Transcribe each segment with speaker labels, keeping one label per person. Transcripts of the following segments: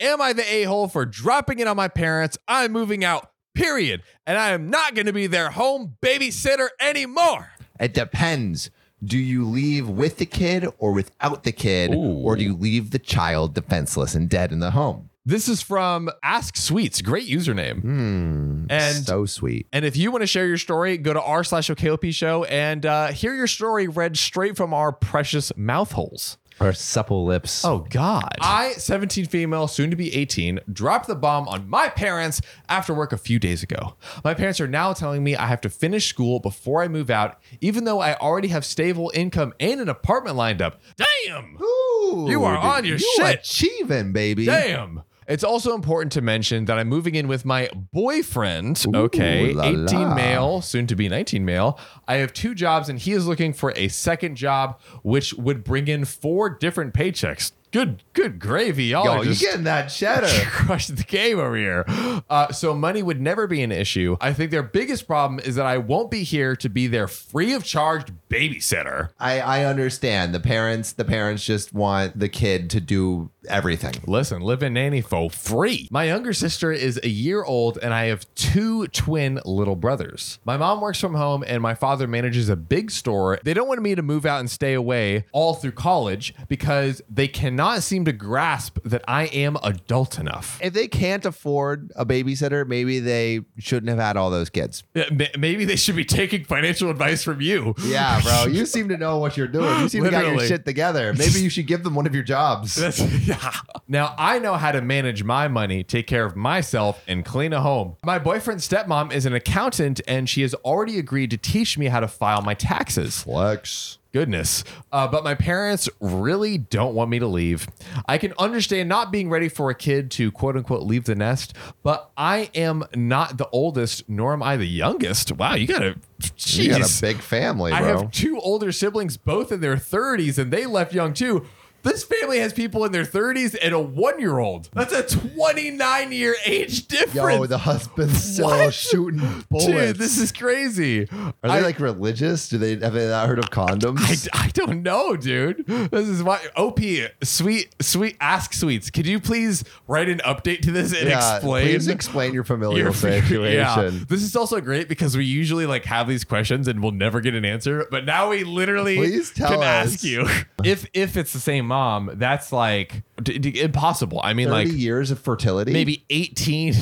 Speaker 1: Am I the a hole for dropping it on my parents? I'm moving out, period. And I am not going to be their home babysitter anymore.
Speaker 2: It depends. Do you leave with the kid or without the kid, or do you leave the child defenseless and dead in the home?
Speaker 1: This is from Ask Sweets, great username. and
Speaker 2: so sweet.
Speaker 1: and if you want to share your story, go to r slash OKOP show and uh, hear your story read straight from our precious mouth holes.
Speaker 2: Or supple lips.
Speaker 1: Oh God. I, 17 female, soon to be 18, dropped the bomb on my parents after work a few days ago. My parents are now telling me I have to finish school before I move out, even though I already have stable income and an apartment lined up. Damn! You are on your
Speaker 2: you
Speaker 1: shit.
Speaker 2: achieving, baby.
Speaker 1: Damn. It's also important to mention that I'm moving in with my boyfriend. okay.
Speaker 2: la
Speaker 1: 18
Speaker 2: la.
Speaker 1: male, soon to be 19 male. I have two jobs and he is looking for a second job, which would bring in four different paychecks. Good, good gravy. Y'all
Speaker 2: Yo,
Speaker 1: are
Speaker 2: you
Speaker 1: just
Speaker 2: getting that cheddar.
Speaker 1: crushed the game over here. Uh, so money would never be an issue. I think their biggest problem is that I won't be here to be their free of charge babysitter.
Speaker 2: I, I understand. The parents the parents just want the kid to do everything.
Speaker 1: Listen, live in nanny for free. My younger sister is a year old, and I have two twin little brothers. My mom works from home, and my father manages a big store. They don't want me to move out and stay away all through college because they cannot seem to grasp that I am adult enough.
Speaker 2: If they can't afford a babysitter, maybe they shouldn't have had all those kids.
Speaker 1: Uh, ma- Maybe they should be taking financial advice from you.
Speaker 2: Yeah, bro. You seem to know what you're doing. You seem to got your
Speaker 1: Literally.
Speaker 2: shit together. Maybe you should give them one of your jobs.
Speaker 1: That's, yeah. Now I know how to manage my money, take care of myself, and clean a home. My boyfriend's stepmom is an accountant, and she has already agreed to teach me how to file my taxes.
Speaker 2: Flex.
Speaker 1: Goodness. Uh, but my parents really don't want me to leave. I can understand not being ready for a kid to quote unquote leave the nest, but I am not the oldest, nor am I the youngest. Wow, you got a
Speaker 2: You got
Speaker 1: jeez.
Speaker 2: a big family,
Speaker 1: I
Speaker 2: bro.
Speaker 1: have two older siblings, both in their 30s, and they left young too. This family has people in their 30s and a one year old. That's a 29 year age difference.
Speaker 2: Yo, the husband's still
Speaker 1: What?
Speaker 2: shooting bullets.
Speaker 1: Dude, this is crazy.
Speaker 2: Are they
Speaker 1: I-
Speaker 2: like religious? Do they have they not heard of condoms?
Speaker 1: I, I don't know, dude. This is why OP sweet sweet ask sweets. Could you please write an update to this and
Speaker 2: Yeah,
Speaker 1: explain?
Speaker 2: Please explain your familial
Speaker 1: your-
Speaker 2: situation.
Speaker 1: yeah. This is also great because we usually like have these questions and we'll never get an answer, but now we literally
Speaker 2: Please tell
Speaker 1: can
Speaker 2: us.
Speaker 1: ask you if if it's the same mom. That's like d- d- impossible. I mean,
Speaker 2: 30
Speaker 1: like
Speaker 2: years of fertility?
Speaker 1: maybe 18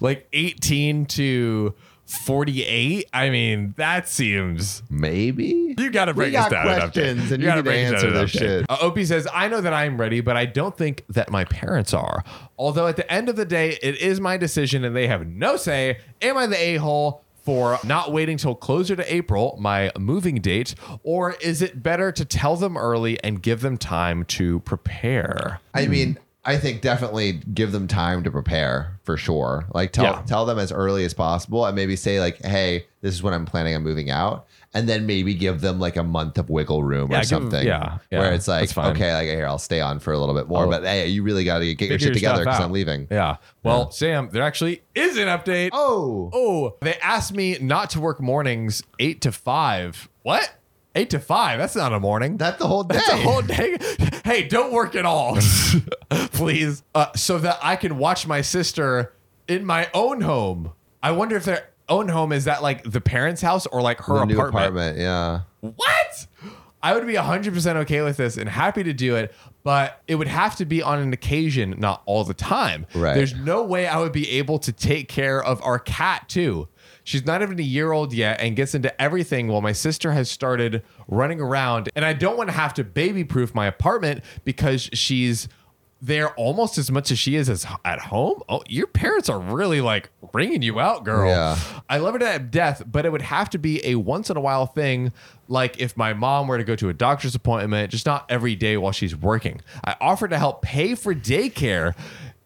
Speaker 1: like 18 to 48 i mean that seems
Speaker 2: Maybe.
Speaker 1: you gotta break
Speaker 2: got
Speaker 1: us down enough.
Speaker 2: questions, and you need to answer this shit.
Speaker 1: Uh, Opie says, "I know that I'm ready, but I don't think that my parents are. Although at the end of the day, it is my decision, and they have no say. Am I the a hole?" For not waiting till closer to April, my moving date, or is it better to tell them early and give them time to prepare?
Speaker 2: I
Speaker 1: Hmm.
Speaker 2: mean, I think definitely give them time to prepare for sure. Like tell
Speaker 1: Yeah.
Speaker 2: tell them as early as possible and maybe say like, "Hey, this is when I'm planning on moving out." And then maybe give them like a month of wiggle room
Speaker 1: Yeah,
Speaker 2: or
Speaker 1: give 'em-
Speaker 2: something.
Speaker 1: yeah, yeah,
Speaker 2: where it's
Speaker 1: that's
Speaker 2: like,
Speaker 1: fine.
Speaker 2: okay, like here I'll stay on for a little bit more,
Speaker 1: I'll-
Speaker 2: but hey, you really got to get your
Speaker 1: Figure
Speaker 2: shit together
Speaker 1: stuff
Speaker 2: because
Speaker 1: out.
Speaker 2: I'm leaving.
Speaker 1: Yeah. Well, Sam, there actually is an update.
Speaker 2: Oh,
Speaker 1: Oh, they asked me not to work mornings eight to five. What? Eight to five? That's not a morning.
Speaker 2: that's the whole day.
Speaker 1: That's a whole day. Hey, don't work at all, please, uh, so that I can watch my sister in my own home. I wonder if their own home is that like the parents' house or like her
Speaker 2: The
Speaker 1: apartment.
Speaker 2: new apartment. Yeah.
Speaker 1: What? I would be 100% okay with this and happy to do it, but it would have to be on an occasion, not all the time.
Speaker 2: Right.
Speaker 1: There's no way I would be able to take care of our cat, too. She's not even a year old yet and gets into everything while my sister has started running around. And I don't want to have to baby proof my apartment because she's there almost as much as she is as at home. Oh, your parents are really like ringing you out, girl.
Speaker 2: Yeah.
Speaker 1: I love her to death, but it would have to be a once in a while thing, like if my mom were to go to a doctor's appointment, just not every day while she's working. I offered to help pay for daycare,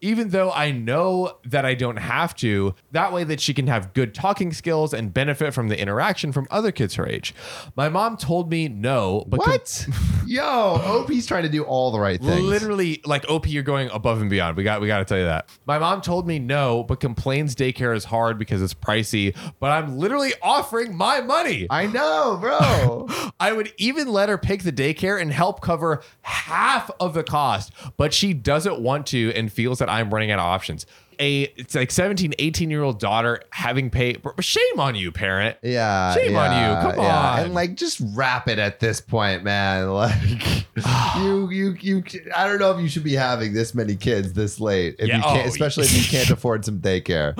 Speaker 1: even though I know that I don't have to, that way that she can have good talking skills and benefit from the interaction from other kids her age. My mom told me no, but
Speaker 2: What? Yo, OP's trying to do all the right things.
Speaker 1: Literally, like OP, you're going above and beyond. We got we got to tell you that. My mom told me no, but complains daycare is hard because it's pricey. But I'm literally offering my money.
Speaker 2: I know, bro.
Speaker 1: I would even let her pick the daycare and help cover half of the cost, but she doesn't want to and feels that I'm running out of options. A it's like 17, 18 year old daughter having pay shame on you, parent.
Speaker 2: yeah.
Speaker 1: Shame on
Speaker 2: yeah,
Speaker 1: you. Come on.
Speaker 2: And like just wrap it at this point, man. Like you you you I don't know if you should be having this many kids this late. If
Speaker 1: Yeah,
Speaker 2: you can't
Speaker 1: oh,
Speaker 2: especially if you can't afford some daycare.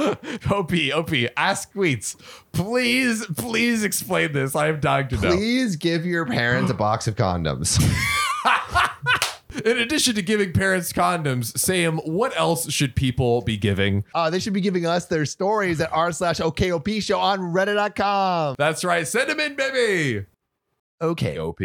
Speaker 1: OP, OP, ask Squeets. Please, please explain this. I am dying to know.
Speaker 2: Please give your parents a box of condoms.
Speaker 1: In addition to giving parents condoms, Sam, what else should people be giving?
Speaker 2: Uh, they should be giving us their stories at r slash OKOP show on reddit.com.
Speaker 1: That's right, send them in, baby.
Speaker 2: Okay. oh,
Speaker 1: OP.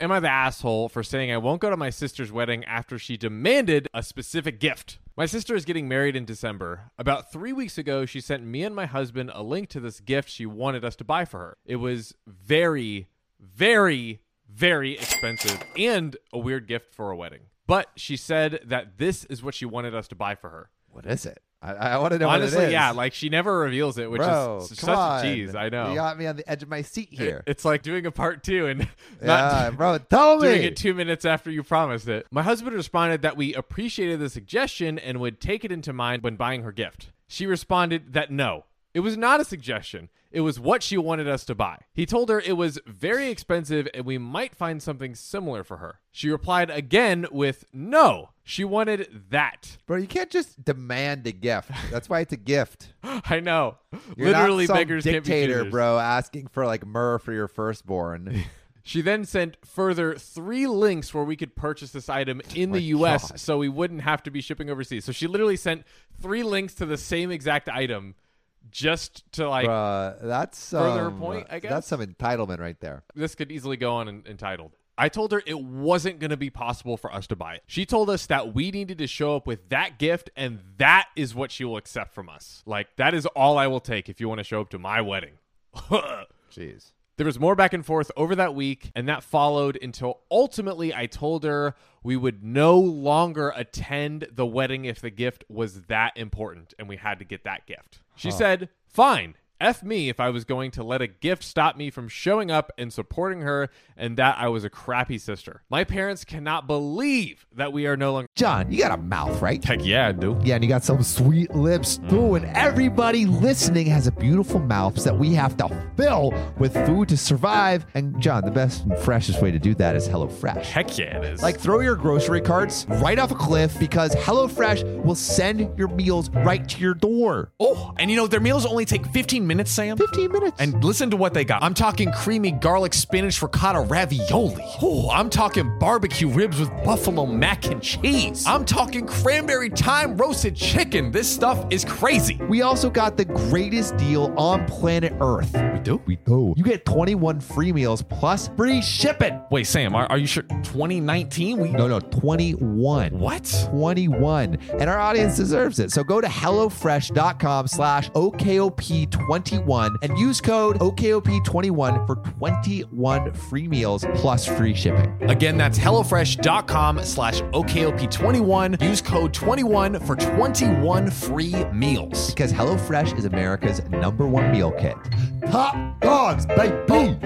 Speaker 1: Am I the asshole for saying I won't go to my sister's wedding after she demanded a specific gift? My sister is getting married in December. About three weeks ago, she sent me and my husband a link to this gift she wanted us to buy for her. It was very, very, very expensive and a weird gift for a wedding. But she said that this is what she wanted us to buy for her.
Speaker 2: What is it? I, I want to know what it
Speaker 1: Honestly,
Speaker 2: is.
Speaker 1: yeah, like she never reveals it, which
Speaker 2: Bro,
Speaker 1: is
Speaker 2: come
Speaker 1: s- such
Speaker 2: on.
Speaker 1: a tease. I know.
Speaker 2: You got me on the edge of my seat
Speaker 1: It-
Speaker 2: here.
Speaker 1: it's like doing a part two and not
Speaker 2: yeah, bro, tell
Speaker 1: doing
Speaker 2: me.
Speaker 1: it two minutes after you promised it. My husband responded that we appreciated the suggestion and would take it into mind when buying her gift. She responded that no, it was not a suggestion. It was what she wanted us to buy. He told her it was very expensive and we might find something similar for her. She replied again with no. She wanted that.
Speaker 2: Bro, you can't just demand a gift. That's why it's a gift.
Speaker 1: I know.
Speaker 2: You're
Speaker 1: Literally,
Speaker 2: not some
Speaker 1: beggars can't be
Speaker 2: dictator,
Speaker 1: choosers.
Speaker 2: bro, asking for like myrrh for your firstborn.
Speaker 1: She then sent further three links where we could purchase this item in the US
Speaker 2: Oh God.
Speaker 1: so we wouldn't have to be shipping overseas. So she literally sent three links to the same exact item just to like,
Speaker 2: Bruh, that's some,
Speaker 1: Further point, I guess?
Speaker 2: That's some entitlement right there.
Speaker 1: this could easily go on en- entitled. I told her it wasn't going to be possible for us to buy it. She told us that we needed to show up with that gift and that is what she will accept from us. Like, that is all I will take if you want to show up to my wedding.
Speaker 2: Jeez.
Speaker 1: There was more back and forth over that week, and that followed until ultimately I told her we would no longer attend the wedding if the gift was that important and we had to get that gift. She said, Fine, F me if I was going to let a gift stop me from showing up and supporting her and that I was a crappy sister. My parents cannot believe that we are no longer.
Speaker 2: John, you got a mouth, right?
Speaker 1: Heck yeah, dude.
Speaker 2: Yeah, and you got some sweet lips
Speaker 1: Mm.
Speaker 2: too. And everybody listening has a beautiful mouth that we have to fill with food to survive. And John, the best and freshest way to do that is HelloFresh.
Speaker 1: Heck yeah, it is.
Speaker 2: Like throw your grocery carts right off a cliff because HelloFresh will send your meals right to your door.
Speaker 3: Oh, and you know, their meals only take 15 minutes, Sam.
Speaker 2: 15 minutes.
Speaker 3: And listen to what they got. I'm talking creamy garlic spinach ricotta ravioli. Oh, I'm talking barbecue ribs with buffalo mac and cheese. I'm talking cranberry thyme roasted chicken. This stuff is crazy.
Speaker 2: we also got the greatest deal on planet Earth. We
Speaker 3: do?
Speaker 2: We do. You get 21 free meals plus free shipping.
Speaker 3: Wait, Sam, are, are you sure 2019? We
Speaker 2: No, no, 21.
Speaker 3: What?
Speaker 2: 21 and our audience deserves it so go to hellofresh.com slash okop21 and use code okop21 for 21 free meals plus free shipping
Speaker 3: Again, that's HelloFresh.com slash OKOP21. Use code 21 for 21 free meals.
Speaker 2: because hellofresh is america's number one meal kit top dogs baby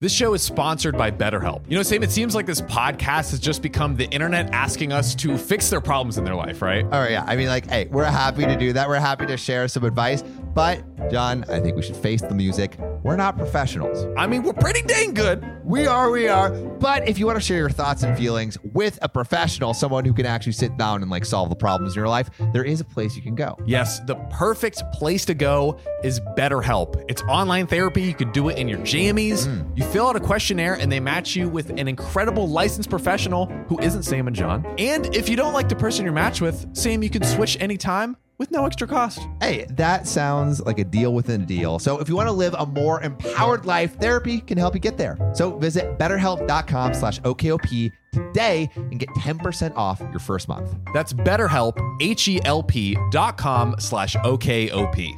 Speaker 3: This show is sponsored by BetterHelp. You know, Sam, it seems like this podcast has just become the internet asking us to fix their problems in their life, right?
Speaker 2: all right yeah i mean like hey we're happy to do that we're happy to share some advice but john i think we should face the music we're not professionals
Speaker 3: I mean, we're pretty dang good.
Speaker 2: We are, we are. But if you want to share your thoughts and feelings with a professional, someone who can actually sit down and like solve the problems in your life, there is a place you can go.
Speaker 3: Yes, the perfect place to go is BetterHelp. It's online therapy. You can do it in your jammies. You fill out a questionnaire and they match you with an incredible licensed professional who isn't Sam and John. And if you don't like the person you're matched with, Sam, you can switch anytime
Speaker 4: with no extra cost.
Speaker 2: Hey, that sounds like a deal within a deal. So if you want to live a more empowered life, therapy can help you get there. So visit betterhelp.com slash OKOP today and get 10% off your first month.
Speaker 4: That's BetterHelp,
Speaker 3: E
Speaker 4: H-E-L-P dot com slash O-K-O-P.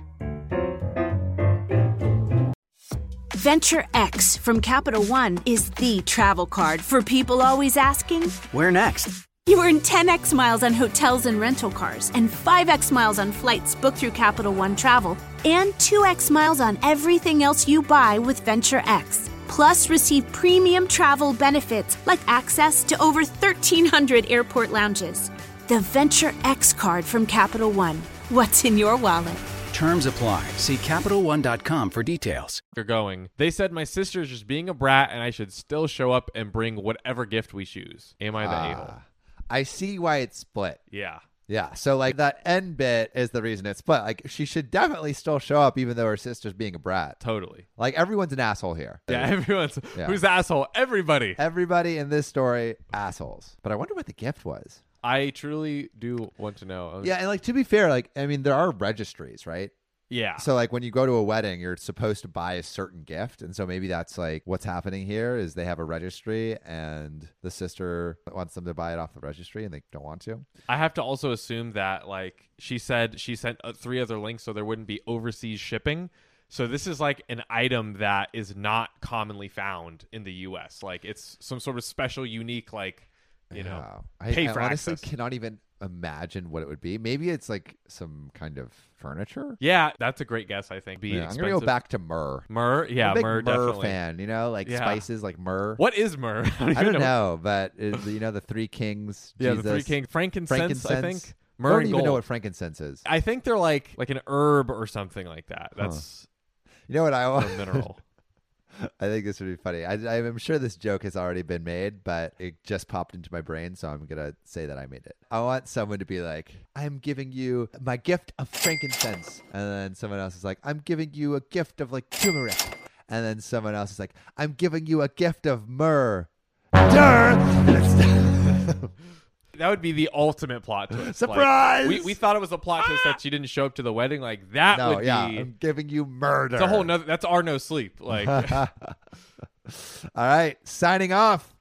Speaker 5: Venture X from Capital One is the travel card for people always asking,
Speaker 6: Where next?
Speaker 5: You earn 10x miles on hotels and rental cars, and 5x miles on flights booked through Capital One Travel, and 2x miles on everything else you buy with Venture X. Plus, receive premium travel benefits like access to over 1,300 airport lounges. The Venture X card from Capital One. What's in your wallet?
Speaker 6: Terms apply. See CapitalOne.com for details.
Speaker 1: You're going. They said my sister's just being a brat and I should still show up and bring whatever gift we choose. Am I the
Speaker 2: Ah.
Speaker 1: a hole?
Speaker 2: I see why it's split.
Speaker 1: Yeah.
Speaker 2: Yeah. So like that end bit is the reason it's split. Like she should definitely still show up even though her sister's being a brat.
Speaker 1: Totally.
Speaker 2: Like everyone's an asshole here.
Speaker 1: Yeah, everyone's
Speaker 2: Yeah.
Speaker 1: who's the asshole? Everybody.
Speaker 2: Everybody in this story, assholes. But I wonder what the gift was.
Speaker 1: I truly do want to know. Um,
Speaker 2: Yeah, and like to be fair, like I mean, there are registries, right?
Speaker 1: Yeah.
Speaker 2: So like when you go to a wedding, you're supposed to buy a certain gift, and so maybe that's like what's happening here is they have a registry, and the sister wants them to buy it off the registry, and they don't want to.
Speaker 1: I have to also assume that like she said she sent uh, three other links so there wouldn't be overseas shipping. So this is like an item that is not commonly found in the US. Like it's some sort of special unique like, you know,
Speaker 2: Wow. I,
Speaker 1: pay
Speaker 2: I
Speaker 1: for
Speaker 2: honestly
Speaker 1: access.
Speaker 2: cannot even imagine what it would be. Maybe it's like some kind of furniture.
Speaker 1: Yeah, that's a great guess, I think. Be
Speaker 2: Yeah, I'm
Speaker 1: expensive.
Speaker 2: gonna go back to myrrh.
Speaker 1: Myrrh, yeah,
Speaker 2: I'm a big
Speaker 1: myrrh,
Speaker 2: myrrh
Speaker 1: definitely.
Speaker 2: fan. You know, like
Speaker 1: Yeah.
Speaker 2: spices like myrrh.
Speaker 1: What is myrrh? I don't,
Speaker 2: I
Speaker 1: even
Speaker 2: don't know, but is, you know the three kings.
Speaker 1: Yeah,
Speaker 2: Jesus,
Speaker 1: the three kings, frankincense, I
Speaker 2: frankincense.
Speaker 1: think.
Speaker 2: I
Speaker 1: Myrrh
Speaker 2: don't
Speaker 1: and
Speaker 2: even know
Speaker 1: gold.
Speaker 2: what frankincense is.
Speaker 1: I think they're like like an herb or something like that. That's
Speaker 2: You know what I
Speaker 1: a mineral.
Speaker 2: I think this would be funny. I, I'm sure this joke has already been made, but it just popped into my brain, so I'm gonna say that I made it. I want someone to be like, "I'm giving you my gift of frankincense," and then someone else is like, "I'm giving you a gift of like turmeric," and then someone else is like, "I'm giving you a gift of myrrh." Durr! And it's-
Speaker 1: That would be the ultimate plot twist. Like,
Speaker 2: Surprise! Ah!
Speaker 1: we, we thought it was a plot twist that she didn't show up to the wedding. Like that
Speaker 2: no,
Speaker 1: would
Speaker 2: yeah,
Speaker 1: be
Speaker 2: I'm giving you murder.
Speaker 1: it's a whole nother that's our no sleep. Like
Speaker 2: All right, signing off.